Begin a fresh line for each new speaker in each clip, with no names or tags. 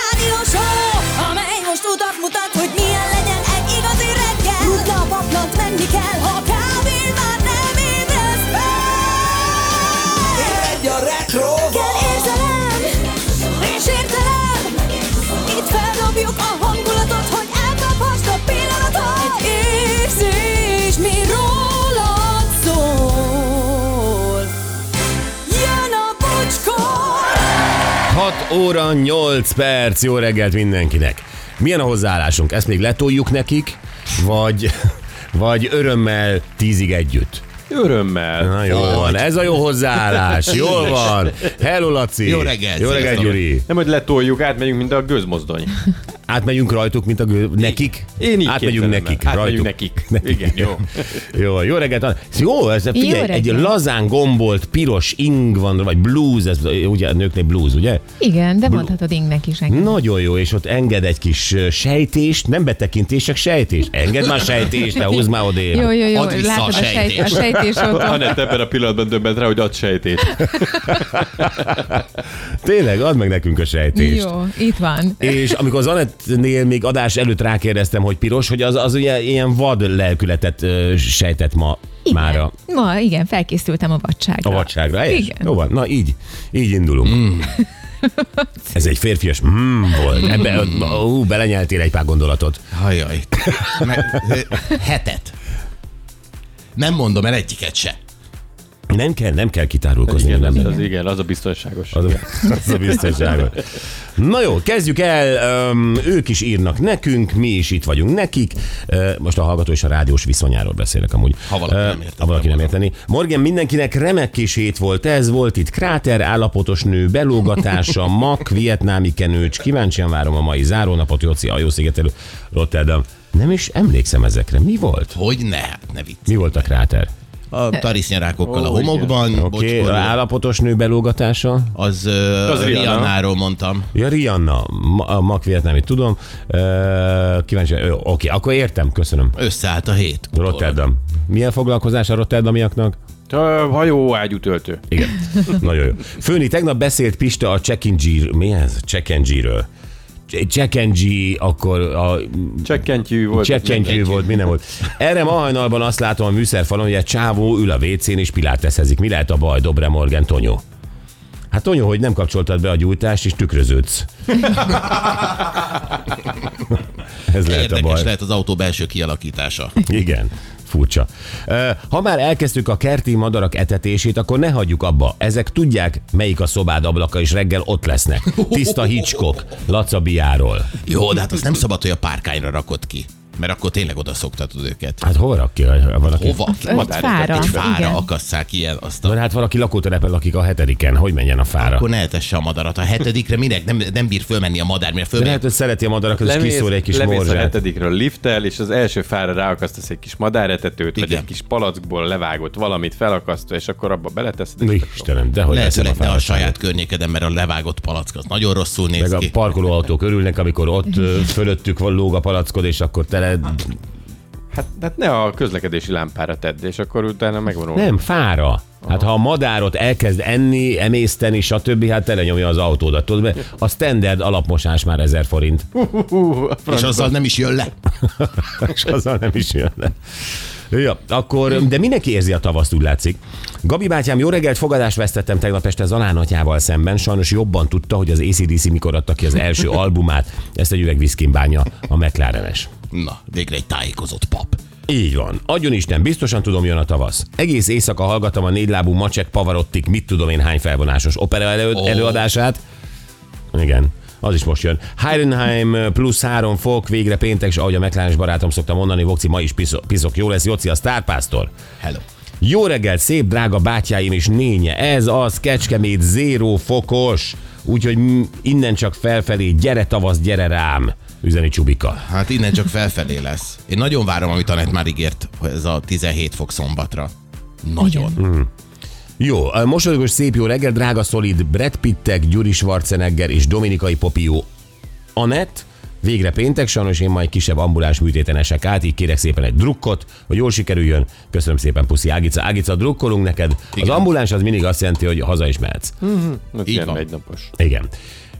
rádió show, amely most utat mutat, hogy milyen legyen egy igazi reggel. Rutna a paplant, menni kell, ha kávén már nem ébredsz fel.
Egy a retro
Kell érzelem, és értelem, itt feldobjuk a hangulatot, hogy elkaphast a pillanatot. Egy érzés, mi rólad szól. Jön a bocskor!
6 óra 8 perc, jó reggelt mindenkinek! Milyen a hozzáállásunk? Ezt még letoljuk nekik, vagy, vagy örömmel tízig együtt?
Örömmel.
Na jó van, ez a jó hozzáállás, jól van. Hello Laci!
Jó reggelt,
Jó reggelt,
sziasztok.
Gyuri!
Nem, hogy letoljuk, átmegyünk, mint a gőzmozdony.
Átmegyünk rajtuk, mint a gő... nekik?
Én így
Átmegyünk
képzelem el.
nekik,
Átmegyünk
rajtuk.
nekik. Igen, jó.
Jó, jó reggelt. Anna. Jó, ez figyelj,
Jó
egy
reggelt.
lazán gombolt, piros ing van, vagy blues, ez ugye a nőknek blues, ugye?
Igen, de mondhatod ingnek is neki.
Nagyon jó, és ott enged egy kis ö, sejtést, nem betekintések, sejtés. Engedd már sejtést, ne húzd már odébb.
Jó, jó, jó,
Add vissza
látod
a
a, sejt, a
sejtést.
sejtés ott. van.
Anett ebben a pillanatban döbbent rá, hogy ad
Hát,
sejtét.
Tényleg, add meg nekünk a sejtést.
Jó, itt van.
És amikor az Anettnél még adás előtt rákérdeztem, hogy piros, hogy az, az ugye ilyen vad lelkületet ö, sejtett ma
Igen.
mára
Ma, igen, felkészültem a vadságra.
a vadságra. Helyes?
Igen.
Jó van, na így, így indulunk. Mm. Ez egy férfias mm volt. Ebbe, ó, belenyeltél egy pár gondolatot.
Hajaj. Meg, hetet. Nem mondom el egyiket se.
Nem kell, nem kell kitárulkozni.
Igen,
nem,
az,
nem.
az, igen, az a biztonságos.
Az, az a biztonságon. Na jó, kezdjük el. Um, ők is írnak nekünk, mi is itt vagyunk nekik. Ö, most a hallgató és a rádiós viszonyáról beszélek amúgy.
Ha valaki
Ö,
nem értette
Ha valaki nem
volna.
érteni. Morgan, mindenkinek remek kis hét volt ez. Volt itt kráter, állapotos nő, belógatása, mak, vietnámi kenőcs. Kíváncsian várom a mai zárónapot, Jóci, Ajószigetelő, Rotterdam. Nem is emlékszem ezekre. Mi volt?
Hogy ne, hát ne vicc.
Mi volt a kráter?
A tarisznyárákokkal a
Ó,
homokban,
Oké,
okay,
okay, állapotos nő belógatása.
az, az
Az Rihanna.
Rihannáról mondtam.
Ja, Rihanna, Ma- a Mak Vietnámit tudom. Ö, Kíváncsi, ö, oké, akkor értem, köszönöm.
Összeállt a hét.
Rotterdam. Milyen foglalkozás a rotterdamiaknak?
Ha- Hajó ágyutöltő.
Igen, nagyon jó. Főni, tegnap beszélt Pista a check and G- mi ez? Check and G-ről. Check and G, akkor a
Csekkentyű volt.
cseppcsentyű volt, minden volt. Erre ma hajnalban azt látom a műszerfalon, hogy egy csávó ül a WC-n és piláteszezik. Mi lehet a baj, Dobre Morgan, Tonyó? Hát Tonyó, hogy nem kapcsoltad be a gyújtást, és tükröződsz. Ez lehet a
Érdekes
baj.
lehet az autó belső kialakítása.
Igen, furcsa. Ö, Ha már elkezdtük a kerti madarak etetését, akkor ne hagyjuk abba. Ezek tudják, melyik a szobád ablaka, és reggel ott lesznek. Tiszta hicskok, Laca Biáról.
Jó, de hát azt nem szabad, hogy a párkányra rakod ki. Mert akkor tényleg oda szoktatod őket.
Hát hol rak ki? Ha Van, aki...
Hova?
Egy fára.
Egy fára
Igen.
akasszák ilyen azt a...
Van, hát valaki lakótelepen lakik a hetediken. Hogy menjen a fára?
Akkor ne etesse a madarat. A hetedikre minek nem, nem bír fölmenni a madár, mire
De
fölmegy.
lehet, hogy szereti a madarakat, és kiszúr egy kis
lemész a
morzsát.
hetedikről lifttel, és az első fára ráakasztasz egy kis madáretetőt, vagy
Igen.
egy kis palackból levágott valamit felakasztva, és akkor abba beleteszed. és akkor-
Istenem, de hogy
Lehet, hogy
leszem
ne a
fáradtságot.
saját környékeden, mert a levágott palack az nagyon rosszul néz
Meg a
ki.
parkolóautók örülnek, amikor ott ö, fölöttük van lóg a palackod, és akkor tele...
Hát, hát ne a közlekedési lámpára tedd, és akkor utána megvan oldva.
Nem, fára. Hát ha a madárot elkezd enni, emészteni, stb., hát tele nyomja az autódat, tudod, mert a standard alapmosás már 1000 forint.
És azzal nem is jön le.
és azzal nem is jönne. Ja, akkor, de mindenki érzi a tavaszt, úgy látszik. Gabi bátyám, jó reggelt, fogadást vesztettem tegnap este Zalán atyával szemben. Sajnos jobban tudta, hogy az ACDC mikor adta ki az első albumát. Ezt egy üveg viszkin bánja a McLarenes.
Na, végre egy tájékozott pap.
Így van. Adjon Isten, biztosan tudom, jön a tavasz. Egész éjszaka hallgatom a négylábú macsek Pavarottik, mit tudom én hány felvonásos opera elő-
Ó.
előadását. Igen, az is most jön. Heidenheim plusz három fok, végre péntek, és ahogy a McLaren barátom szokta mondani, Vokci ma is piszok, piszok jó lesz, Joci a sztárpásztor.
Hello.
Jó reggel, szép drága bátyáim és nénye, ez az Kecskemét zéró fokos, úgyhogy mm, innen csak felfelé, gyere tavasz, gyere rám, üzeni Csubika.
Hát innen csak felfelé lesz. Én nagyon várom, amit Anett már ígért, hogy ez a 17 fok szombatra. Nagyon.
Jó, a mosolygós szép jó reggel, drága szolid Brad Pittek, Gyuri Schwarzenegger és Dominikai Popió Anett, Végre péntek, sajnos én majd kisebb ambuláns műtéten esek át, így kérek szépen egy drukkot, hogy jól sikerüljön. Köszönöm szépen, puszi Ágica. Ágica, drukkolunk neked. Igen.
Igen.
Az ambuláns az mindig azt jelenti, hogy haza is mehetsz.
Most
Így
ilyen
van.
egynapos.
Igen.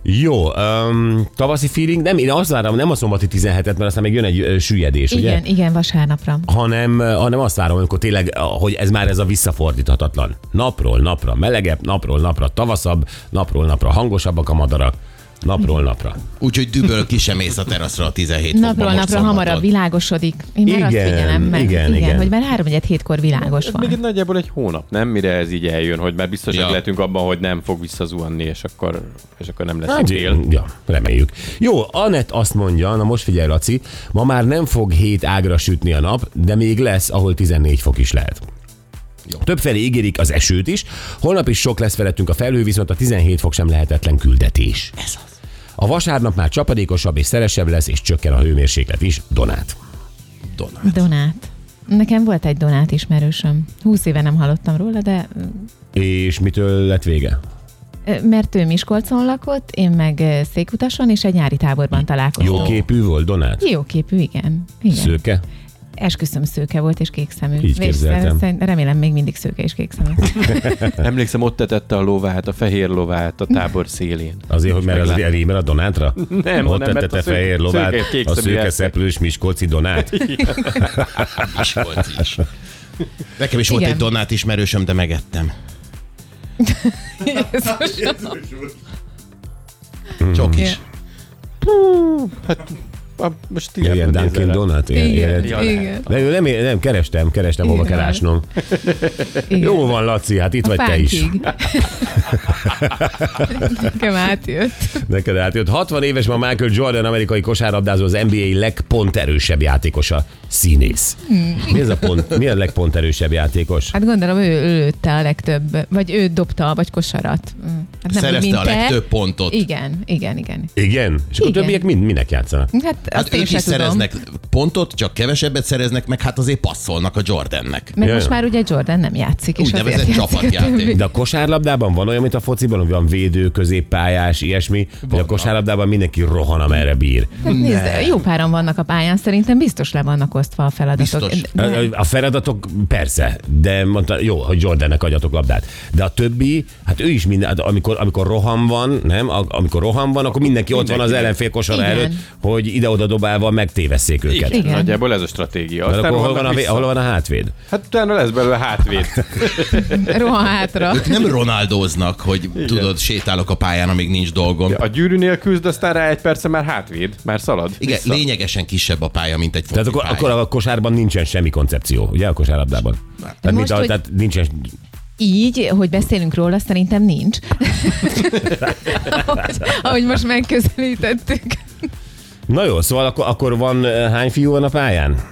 Jó, um, tavaszi feeling, nem, én azt várom, nem a szombati 17-et, mert aztán még jön egy ö, süllyedés, ugye?
Igen, igen, vasárnapra.
Hanem, ö, hanem azt várom, amikor tényleg, ö, hogy ez már ez a visszafordíthatatlan. Napról napra melegebb, napról napra tavaszabb, napról napra hangosabbak a madarak, napról napra.
Úgyhogy düböl ki sem ész a teraszra a 17 fokban
Napról
most
napra
szombaton.
hamarabb világosodik. Én már azt
Igen,
figyelem meg.
igen,
igen,
igen.
hogy már 3 hétkor világos
Még egy
van.
nagyjából egy hónap, nem? Mire ez így eljön, hogy már biztosak
Ja.
ja. lehetünk abban, hogy nem fog visszazuhanni, és akkor, és akkor nem lesz
Hát,
hát, él.
ja, reméljük. Jó, Anett azt mondja, na most figyelj Laci, ma már nem fog hét ágra sütni a nap, de még lesz, ahol 14 fok is lehet. Többfelé ígérik az esőt is, holnap is sok lesz felettünk a felhő, viszont a 17 fok sem lehetetlen küldetés. Ez az. A vasárnap már csapadékosabb és szeresebb lesz, és csökken a hőmérséklet is. Donát.
Donát.
Donát. Nekem volt egy Donát ismerősöm. 20 éve nem hallottam róla, de
És mitől lett vége?
ö, mert ő Miskolcon lakott, én meg ö, Székutason, és egy nyári táborban találkoztam.
Jó képű volt Donát?
Jó képű, igen. Oh. igen.
Szőke?
Esküszöm szőke volt és kék szemű.
Így képzeltem.
remélem még mindig szőke és kék szemű.
Emlékszem, ott tetette a lovát, a fehér lovát a tábor szélén.
Azért, hogy mert az
meglát-
rímel a Donátra?
hanem,
Ott
mert
tette
a
a
szőke-
fehér lovát,
szőke kék
a
szemű
szőke
eszek.
szeplős Miskolci Donát.
Is Hát, volt is. Nekem is volt
Igen.
egy Donát ismerősöm, de megettem. Csok is.
A, most ti
Ilyen
ebben
Dunkin
nézel rá.
Donut? Ilyen, ilyen,
Ja,
igen.
De ő nem, nem kerestem, kerestem, hova
Igen.
kell ásnom.
igen.
Jó van, Laci, hát itt vagy te is.
fánkig. Nekem átjött.
Neked átjött. 60 éves ma Michael Jordan, amerikai kosárlabdázó, az NBA legpont erősebb játékosa, színész. Mi ez a pont, mi a legpont erősebb játékos?
Hmm. Hát gondolom ő, ő lőtte a legtöbb, vagy ő dobta, vagy kosarat. Mm. Hát úgy, mint
Szerezte a
te.
legtöbb pontot.
Igen, igen, igen.
Igen? És akkor
Igen.
többiek mind, minek játszanak?
Hát,
Hát
azt én
ők
sem
is
tudom.
szereznek pontot, csak kevesebbet szereznek, meg hát azért passzolnak a Jordannek.
Mert
Ja,
most
ja.
már ugye Jordan nem játszik, és
Úgynevezett
azért játszik a
csapatjáték.
többi.
De a kosárlabdában van olyan, mint a fociban, hogy van védő, középpályás, ilyesmi, vagy a kosárlabdában mindenki rohan, amerre bír.
Hát Nézd, jó páran vannak a pályán, szerintem biztos le vannak osztva a feladatok.
Biztos.
De-
A feladatok persze, de mondta, jó, hogy Jordannek adjatok labdát. De a többi, hát ő is minden, hát amikor, amikor roham van, nem? A- Amikor roham van, akkor mindenki ott van az ellenfél kosara
Igen.
előtt, hogy ide-oda dobálva megtévesszék őket.
Igen.
Nagyjából ez a stratégia.
Mert
Aztán
akkor hol van, a,
rohannak
vé-
vissza.
hol van a hátvéd?
Hát utána lesz belőle hátvéd.
Rohan hátra.
Ők nem ronaldoznak, hogy tudod, sétálok a pályán, amíg nincs dolgom.
A gyűrűnél küzd, aztán rá egy perce már hátvéd, már szalad.
Igen,
vissza.
lényegesen kisebb a pálya, mint egy foci
Tehát akkor,
pálya.
akkor a kosárban nincsen semmi koncepció, ugye a kosárlabdában? Tehát,
Most,
mint, a,
hogy-
tehát nincsen...
Így, hogy beszélünk róla, szerintem nincs. ahogy, ahogy most megközelítettük.
Na jó, szóval akkor, akkor van eh, hány fiú van a pályán?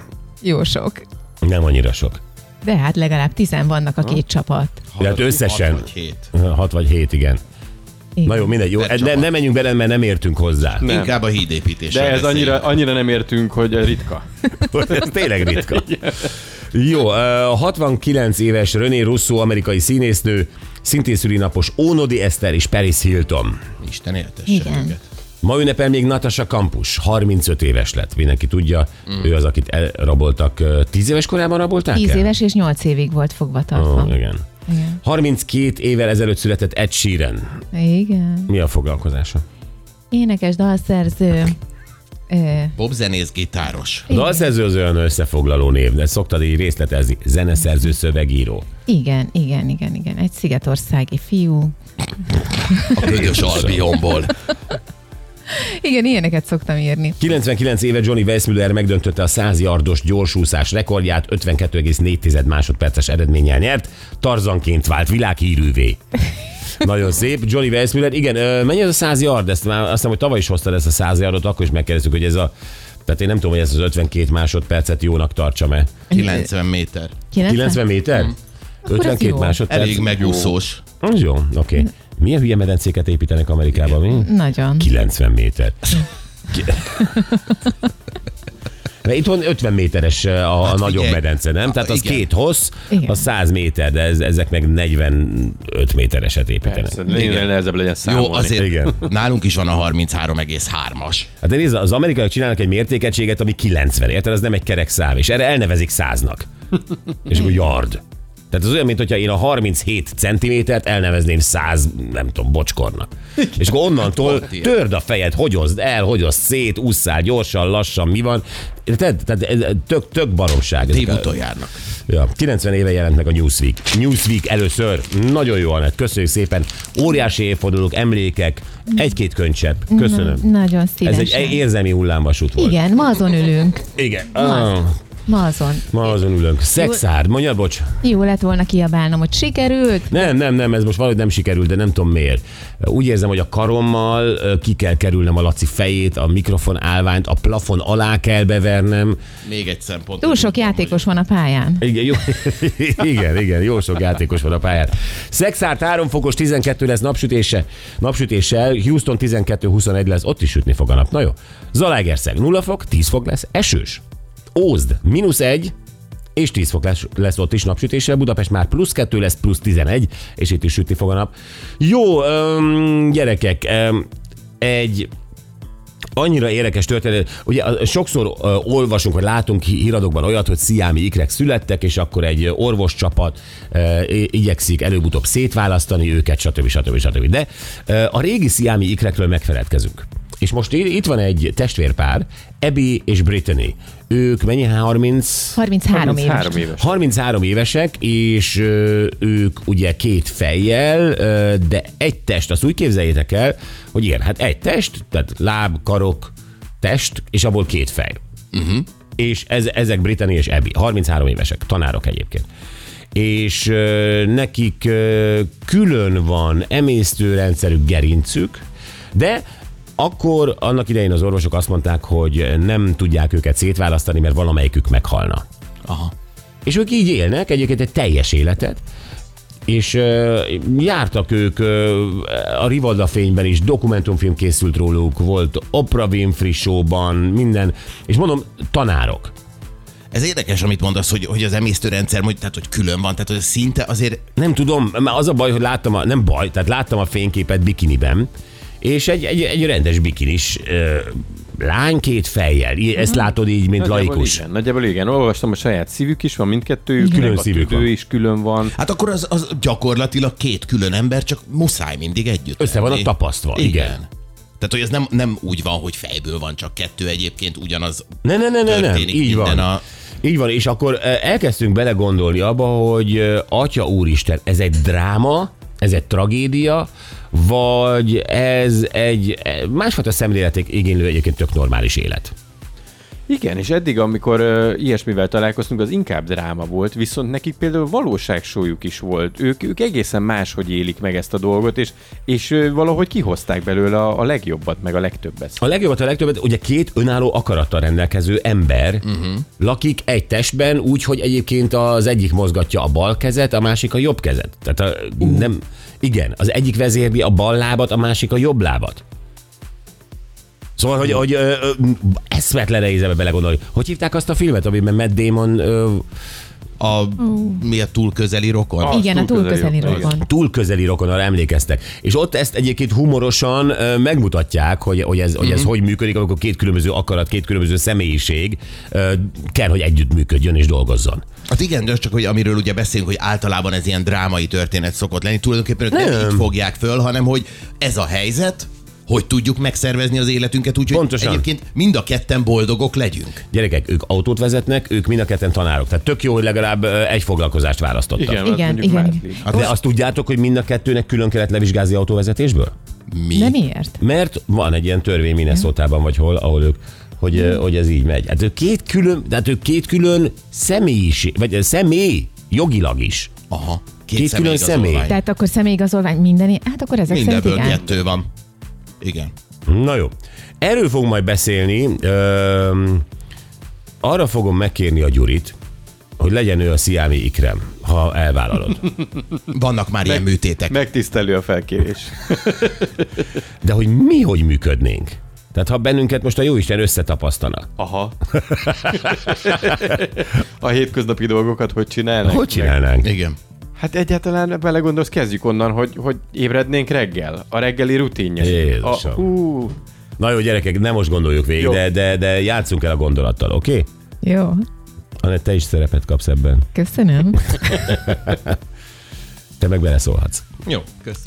Jó sok.
Nem annyira sok.
De hát legalább tizen vannak a két csapat.
De hát összesen.
Hat vagy hét.
6 vagy 7, igen.
Igen.
Na jó, mindegy. Jó,
Per
ne,
csapat.
nem menjünk bele, mert nem értünk hozzá.
Nem.
Inkább a hídépítésről
De ez
beszéljünk.
annyira, annyira nem értünk, hogy ritka.
Ez tényleg ritka. Jó, a 69 éves René Russo, amerikai színésznő, szintén szülinapos Ónodi Eszter és Paris Hilton.
Isten
Igen.
éltesse őket.
Ma ünnepel még Natasha Kampus, 35 éves lett, mindenki tudja, mm. ő az, akit elraboltak. Ö, 10 éves korában rabolták
10
el?
éves és 8 évig volt fogva tartva.
Ó, igen.
Igen.
32 évvel ezelőtt született Ed Sheeran.
Igen.
Mi a foglalkozása?
Énekes, dalszerző. Ö,
Bobzenész gitáros.
A dalszerző az olyan összefoglaló név, de szoktad így részletezni. Zeneszerző, szövegíró.
igen, igen, igen, igen. Egy szigetországi fiú.
A ködös Albionból.
Igen, ilyeneket szoktam írni.
99 éve Johnny Weissmuller megdöntötte a 100 yardos gyorsúszás rekordját, 52,4 másodperces eredménnyel nyert, Tarzanként vált világhírűvé. Nagyon szép, Johnny Weissmuller. Igen, ö, mennyi ez a 100 yard? Ezt már azt hiszem, hogy tavaly is hoztad ezt a 100 yardot, akkor is megkérdeztük, hogy ez a tehát én nem tudom, hogy ez az 52 másodpercet jónak tartsam-e.
90 méter.
90?
90 méter?
az
52
jó.
másodperc?
Elég megúszós.
Az jó, oké. Okay. Milyen hülye medencéket építenek Amerikában, mi?
Nagyon.
90 méter. Ki- Itthon 50 méteres a, hát a
Hát
nagyobb
figyelj.
medence, nem? Tehát az
Igen.
két hossz,
Igen.
az 100 méter, de ez, ezek meg 45 métereset építenek.
Persze, minél nehezebb legyen számolni.
Jó, azért
Igen.
Igen. nálunk is van a 33,3-as.
Hát de nézd, az amerikaiak csinálnak egy mértékegységet, ami 90, érted? Ez nem egy kerek szám, és erre elnevezik száznak. és akkor yard. Tehát ez olyan, mint hogyha én a 37 centimétert elnevezném 100, nem tudom, bocskornak. És akkor onnantól
pont ilyen.
törd a fejed, hogyozd el, hogyozd szét, ússzál gyorsan, lassan, mi van. Tehát, tehát ez tök, tök baromság.
Év
Ezek a-
utoljárnak.
Ja, 90 éve jelent meg a Newsweek. Newsweek először. Nagyon jó, Anett. Köszönjük szépen. Óriási évfordulók, emlékek, egy-két könycsepp. Köszönöm.
Nagyon
Ez
szívesen.
egy érzelmi hullámvasút volt.
Igen, ma azon ülünk.
Igen. Ah,
Ma azon.
ma azon ülünk. Szexárd, mondjad, bocs.
Jó lett volna kiabálnom, hogy sikerült.
Nem, nem, nem, ez most valahogy nem sikerült, de nem tudom miért. Úgy érzem, hogy a karommal ö, ki kell kerülnem a Laci fejét, a mikrofon állványt, a plafon alá kell bevernem.
Még egy szempont.
Túl sok játékos van a pályán.
Igen, jó, igen, igen, jó sok játékos van a pályán. Szexárt 3 fokos, 12 lesz napsütése. Napsütéssel Houston 12-21 lesz, ott is sütni fog a nap. Na jó. Zalaegerszeg 0 fok, 10 fok lesz, esős. Ózd, mínusz 1, és 10 fok lesz, lesz ott is napsütéssel, Budapest már plusz 2 lesz, plusz 11, és itt is sütni fog a nap. Jó, öm, gyerekek, öm, egy annyira érdekes történet. Ugye ö, sokszor ö, olvasunk, vagy látunk hí- híradókban olyat, hogy sziámi ikrek születtek, és akkor egy ö, orvoscsapat ö, i- igyekszik előbb-utóbb szétválasztani őket, stb. stb. stb. De ö, a régi sziámi ikrekről megfeledkezünk. És most i- itt van egy testvérpár, Abby és Brittany. Ők mennyi? 30?
33 éves.
3 éves.
33 évesek, és ö, ők ugye két fejjel, ö, de egy test, azt úgy képzeljétek el, hogy igen, hát egy test, tehát láb, karok, test, és abból két fej. Uh-huh. És ez, ezek Brittany és Abby, 33 évesek, tanárok egyébként. És ö, nekik ö, külön van emésztőrendszerük, gerincük, de akkor annak idején az orvosok azt mondták, hogy nem tudják őket szétválasztani, mert valamelyikük meghalna.
Aha.
És ők így élnek egyébként egy teljes életet, és ö, jártak ők ö, a Rivalda fényben is, dokumentumfilm készült róluk, volt Oprah Winfrey showban, minden, és mondom, tanárok.
Ez érdekes, amit mondasz, hogy, hogy az emésztőrendszer, hogy, tehát, hogy külön van, tehát hogy szinte azért
Nem tudom, már az a baj, hogy láttam a, nem baj, tehát láttam a fényképet bikiniben, és egy, egy, egy rendes bikinis ö, lány két fejjel. I- Ezt látod így, mint
Nagyjából
laikus.
Igen, nagyjából igen. Olvastam, hogy saját szívük is van mindkettőjük.
Külön
meg a
szívük
tüdő
van.
is külön van.
Hát akkor az, az gyakorlatilag két külön ember, csak muszáj mindig együtt.
Össze vannak
lenni.
tapasztva, igen.
Tehát, hogy ez nem, nem úgy van, hogy fejből van csak kettő egyébként ugyanaz.
Ne, ne, ne, ne, ne.
Történik
így van.
minden
A...
a-
Így van, és akkor eh, elkezdtünk belegondolni abba, hogy eh, Atya Úristen, ez egy dráma, ez egy tragédia, vagy ez egy eh, másfajta szemléletek igénylő egyébként tök normális élet.
Igen, és eddig, amikor ö, ilyesmivel találkoztunk, az inkább dráma volt, viszont nekik például valóságsójuk is volt. Ők, ők egészen máshogy élik meg ezt a dolgot, és, és ö, valahogy kihozták belőle a, a legjobbat, meg a legtöbbet.
A legjobbat, a legtöbbet, ugye két önálló akarattal rendelkező ember uh-huh. lakik egy testben, úgy, hogy egyébként az egyik mozgatja a bal kezet, a másik a jobb kezet. Tehát a, uh. nem, igen, az egyik vezérli a bal lábat, a másik a jobb lábat. Szóval, hogy, hogy ö, ö, eszmetlen nehéz ebbe belegondolni. Hogy hívták azt a filmet, amiben Matt Damon ö,
A, mi a túl közeli rokon?
A-
Igen, a
túl
túl
közeli
közeli
jobb.
rokon.
túl közeli rokonra emlékeztek. És ott ezt egyébként humorosan ö, megmutatják, hogy, hogy ez, hogy, ez hogy működik, amikor két különböző akarat, két különböző személyiség ö, kell, hogy együtt működjön és dolgozzon.
Hát igen, de csak hogy amiről ugye beszélünk, hogy általában ez ilyen drámai történet szokott lenni, tulajdonképpen ők nem,
Nem.
nem így fogják föl, hanem hogy ez a helyzet, hogy tudjuk megszervezni az életünket úgy, hogy
Pontosan.
egyébként mind a ketten boldogok legyünk.
Gyerekek, ők autót vezetnek, ők mind a ketten tanárok. Tehát tök jó, hogy legalább ö, egy foglalkozást választottak.
Igen, az
Igen,
mondjuk
igen,
mázli.
igen.
Hát
De
ez-
azt tudjátok, hogy mind a kettőnek külön kellett levizsgázni autóvezetésből?
mi?
De miért?
Mert van egy ilyen törvény Minnesotában, vagy hol, ahol ők hogy, ö, hogy ez így megy. Hát ők két külön, de hát ők két külön személyiség, vagy ö, személy, jogilag is.
Aha. Két,
Két külön
személyigazolvány.
személy.
Tehát akkor személyigazolvány minden, i- hát akkor ezek szerint
Mindenből
igen.
kettő van. Igen.
Na jó. Erről fogunk majd beszélni. Öm, arra fogom megkérni a Gyurit, hogy legyen ő a sziámi ikrem, ha elvállalod.
Vannak már ilyen műtétek.
Megtisztelő a felkérés.
De hogy mi hogy működnénk? Tehát ha bennünket most a jóisten összetapasztana.
Aha. a hétköznapi dolgokat hogy csinálnak?
Hogy csinálnánk?
Igen.
Hát egyáltalán belegondolsz, kezdjük onnan, hogy, hogy ébrednénk reggel. A reggeli rutinja.
Jézusom.
A, hú,
Na jó, gyerekek, nem most gondoljuk végig,
Jó.
de, de, de játszunk el a gondolattal, oké? Okay?
Jó,
Anett, te is szerepet kapsz ebben.
köszönöm.
Te meg beleszólhatsz.
Jó, kösz.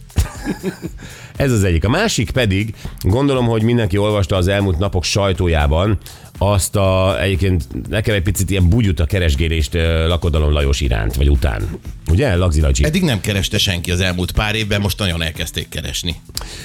Ez az egyik. A másik pedig, gondolom, hogy mindenki olvasta az elmúlt napok sajtójában azt a, egyébként nekem egy picit ilyen bugyuta keresgélést ö, lakodalom Lajos iránt, vagy után. Ugye, Lagzi Lajcsi?
Eddig nem kereste senki az elmúlt pár évben, most nagyon elkezdték keresni.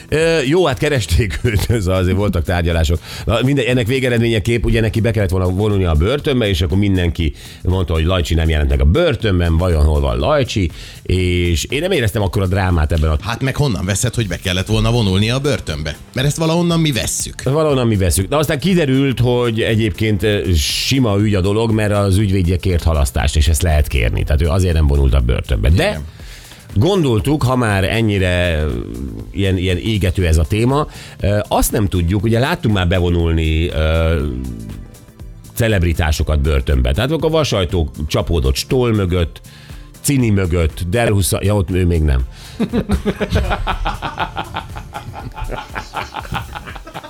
Ö, jó, hát keresték őt, ez azért voltak tárgyalások. Na, minden, ennek végeredményeképp ugye neki be kellett volna vonulni a börtönbe, és akkor mindenki mondta, hogy Lajcsi nem jelent meg a börtönben, vajon hol van Lajcsi, és én nem éreztem akkor a drámát ebben a
Hát meg honnan veszed, hogy be kellett volna vonulnia a börtönbe? Mert ezt valahonnan mi vesszük.
Valahonnan mi veszük. De aztán kiderült, hogy egyébként eh, sima ügy a dolog, mert az ügyvédje kért halasztást, és ezt lehet kérni. Tehát ő azért nem vonult a börtönbe. De Igen. gondoltuk, ha már ennyire eh, ilyen, ilyen égető ez a téma, eh, azt nem tudjuk, ugye láttunk már bevonulni eh, celebritásokat börtönbe. Tehát akkor a vasajtó csapódott Stoll mögött, Cini mögött, Derhusza, ja ott ő még nem.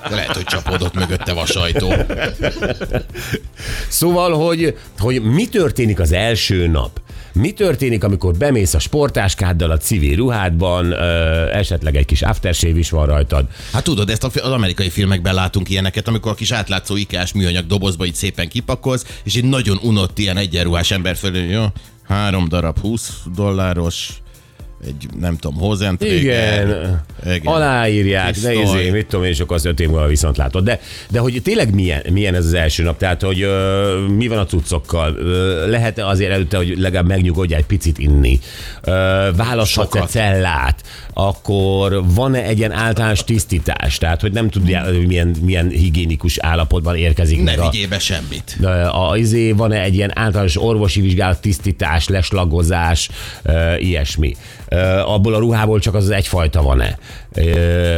De lehet, hogy csapódott mögötte vasajtó.
Szóval, hogy, hogy mi történik az első nap? Mi történik, amikor bemész a sportáskáddal, a civil ruhádban, ö, esetleg egy kis aftershave is van rajtad.
Hát tudod, ezt a fi- az amerikai filmekben látunk ilyeneket, amikor a kis átlátszó ikás műanyag dobozba így szépen kipakolsz, és egy nagyon unott ilyen egyenruhás ember fölül, jó, három darab 20 dolláros, egy nem tudom, hozentrégel.
Igen.
Igen.
Aláírják,
Kis
de
sztori.
izé, mit tudom én, és akkor az öt év múlva viszont látod. De, de hogy tényleg milyen, milyen ez az első nap? Tehát, hogy ö, mi van a cuccokkal? Ö, lehet azért előtte, hogy legalább megnyugodj egy picit inni? Ö, választhatsz egy
Sokat.
cellát? Akkor van-e egy ilyen általános tisztítás? Tehát, hogy nem tudja, hogy milyen, milyen higiénikus állapotban érkezik
Ne
meg a,
vigyél be semmit.
de a, izé, van-e egy ilyen általános orvosi vizsgálat, tisztítás, leslagozás, e, ilyesmi. E, abból a ruhából csak az, az egyfajta van-e? E,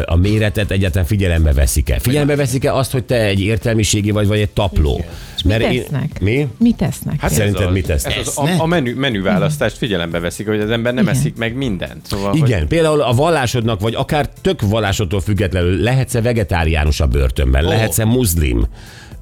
a méretet egyáltalán figyelembe veszik-e? Figyelembe veszik-e azt, hogy te egy értelmiségi vagy, vagy egy tapló?
Mit tesznek?
Mi?
Mit tesznek?
Hát szerinted
az-
mit tesznek?
Ez az, a, a menü, menüválasztást figyelembe veszik, hogy az ember nem
Igen.
eszik meg mindent. Szóval, hogy-
Igen, például a vallásodnak, vagy akár tök vallásodtól függetlenül lehetsz-e vegetáriánus a börtönben, oh. lehetsz-e muszlim?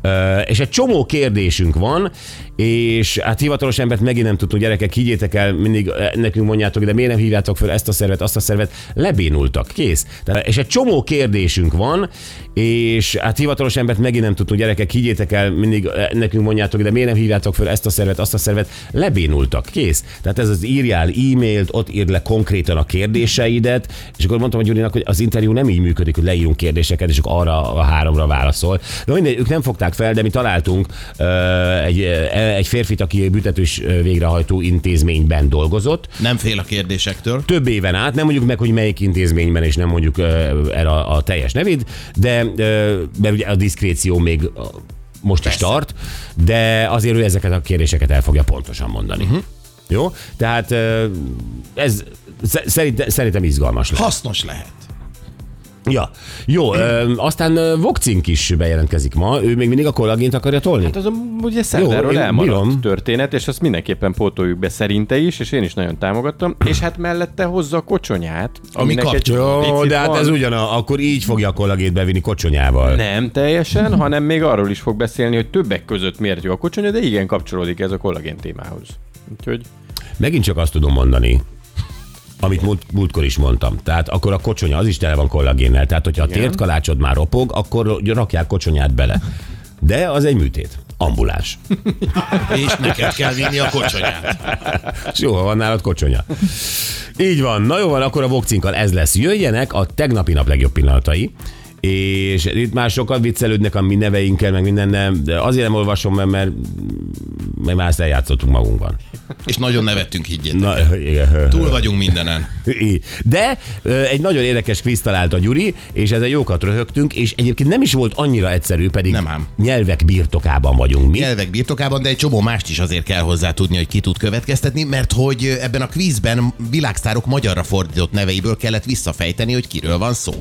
Ö, És egy csomó kérdésünk van, és hát hivatalos embert megint nem tudtunk, gyerekek, higgyétek el, mindig eh, nekünk mondjátok, de miért nem hívjátok fel ezt a szervet, azt a szervet, lebénultak, kész. Tehát, és egy csomó kérdésünk van, és hát hivatalos embert megint nem tudtunk, gyerekek, higgyétek el, mindig eh, nekünk mondjátok, de miért nem hívjátok fel ezt a szervet, azt a szervet, lebénultak, kész. Tehát ez az írjál e-mailt, ott írd le konkrétan a kérdéseidet, és akkor mondtam a Gyurinak, hogy az interjú nem így működik, hogy leírunk kérdéseket, és akkor arra a háromra válaszol. De mindegy, ők nem fogták fel, de mi találtunk ö, egy, ö, egy férfit, aki büntetős ö, végrehajtó intézményben dolgozott,
Nem fél a kérdésektől.
több éven át, nem mondjuk meg, hogy melyik intézményben, és nem mondjuk uh, erre a, a teljes nevét, de uh, mert ugye a diszkréció még ö, most Persze. is tart, de azért ő ezeket a kérdéseket el fogja pontosan mondani.
Mhm.
Uh-huh. Jó? Tehát ö, ez sze- szerinte, szerintem izgalmas lesz.
Hasznos lehet.
Ja. Jó, ö, aztán ö, Vokcink is bejelentkezik ma, ő még mindig a kollagént akarja tolni?
Hát az a, ugye szerdáról
én
elmaradt
bírom.
történet, és azt mindenképpen pótoljuk be szerinte is, és én is nagyon támogattam. És hát mellette hozza a kocsonyát. aminek egy
kapcsolódik.
Jó,
picit
de hát
van-
ez ugyana, akkor így fogja a kollagént bevinni kocsonyával.
Nem teljesen, hanem még arról is fog beszélni, hogy többek között miért jó a kocsonya, de igen, kapcsolódik ez a kollagén témához. Úgyhogy
Megint csak azt tudom mondani, amit múlt, múltkor is mondtam. Tehát akkor a kocsonya az is tele van kollagénnel. Tehát, hogyha a tért kalácsod már ropog, akkor rakják kocsonyát bele. De az egy műtét. Ambulás.
És neked kell vinni a kocsonyát.
És jó, ha van nálad kocsonya. Így van. Na jó van, akkor a vokcinkkal ez lesz. Jöjjenek a tegnapi nap legjobb pillanatai. És itt már sokat viccelődnek a mi neveinkkel, meg mindennel. De azért nem olvasom, mert, mert, mert már ezt eljátszottunk magunkban.
És nagyon nevettünk, higgyétek.
Na, igen.
Túl vagyunk mindenen.
De ö, egy nagyon érdekes kvíz talált a Gyuri, és ezzel jókat röhögtünk, és egyébként nem is volt annyira egyszerű, pedig
Nem ám.
nyelvek birtokában vagyunk mi.
Nyelvek birtokában, de egy csomó mást is azért kell hozzá tudni, hogy ki tud következtetni, mert hogy ebben a kvízben világsztárok magyarra fordított neveiből kellett visszafejteni, hogy kiről van szó.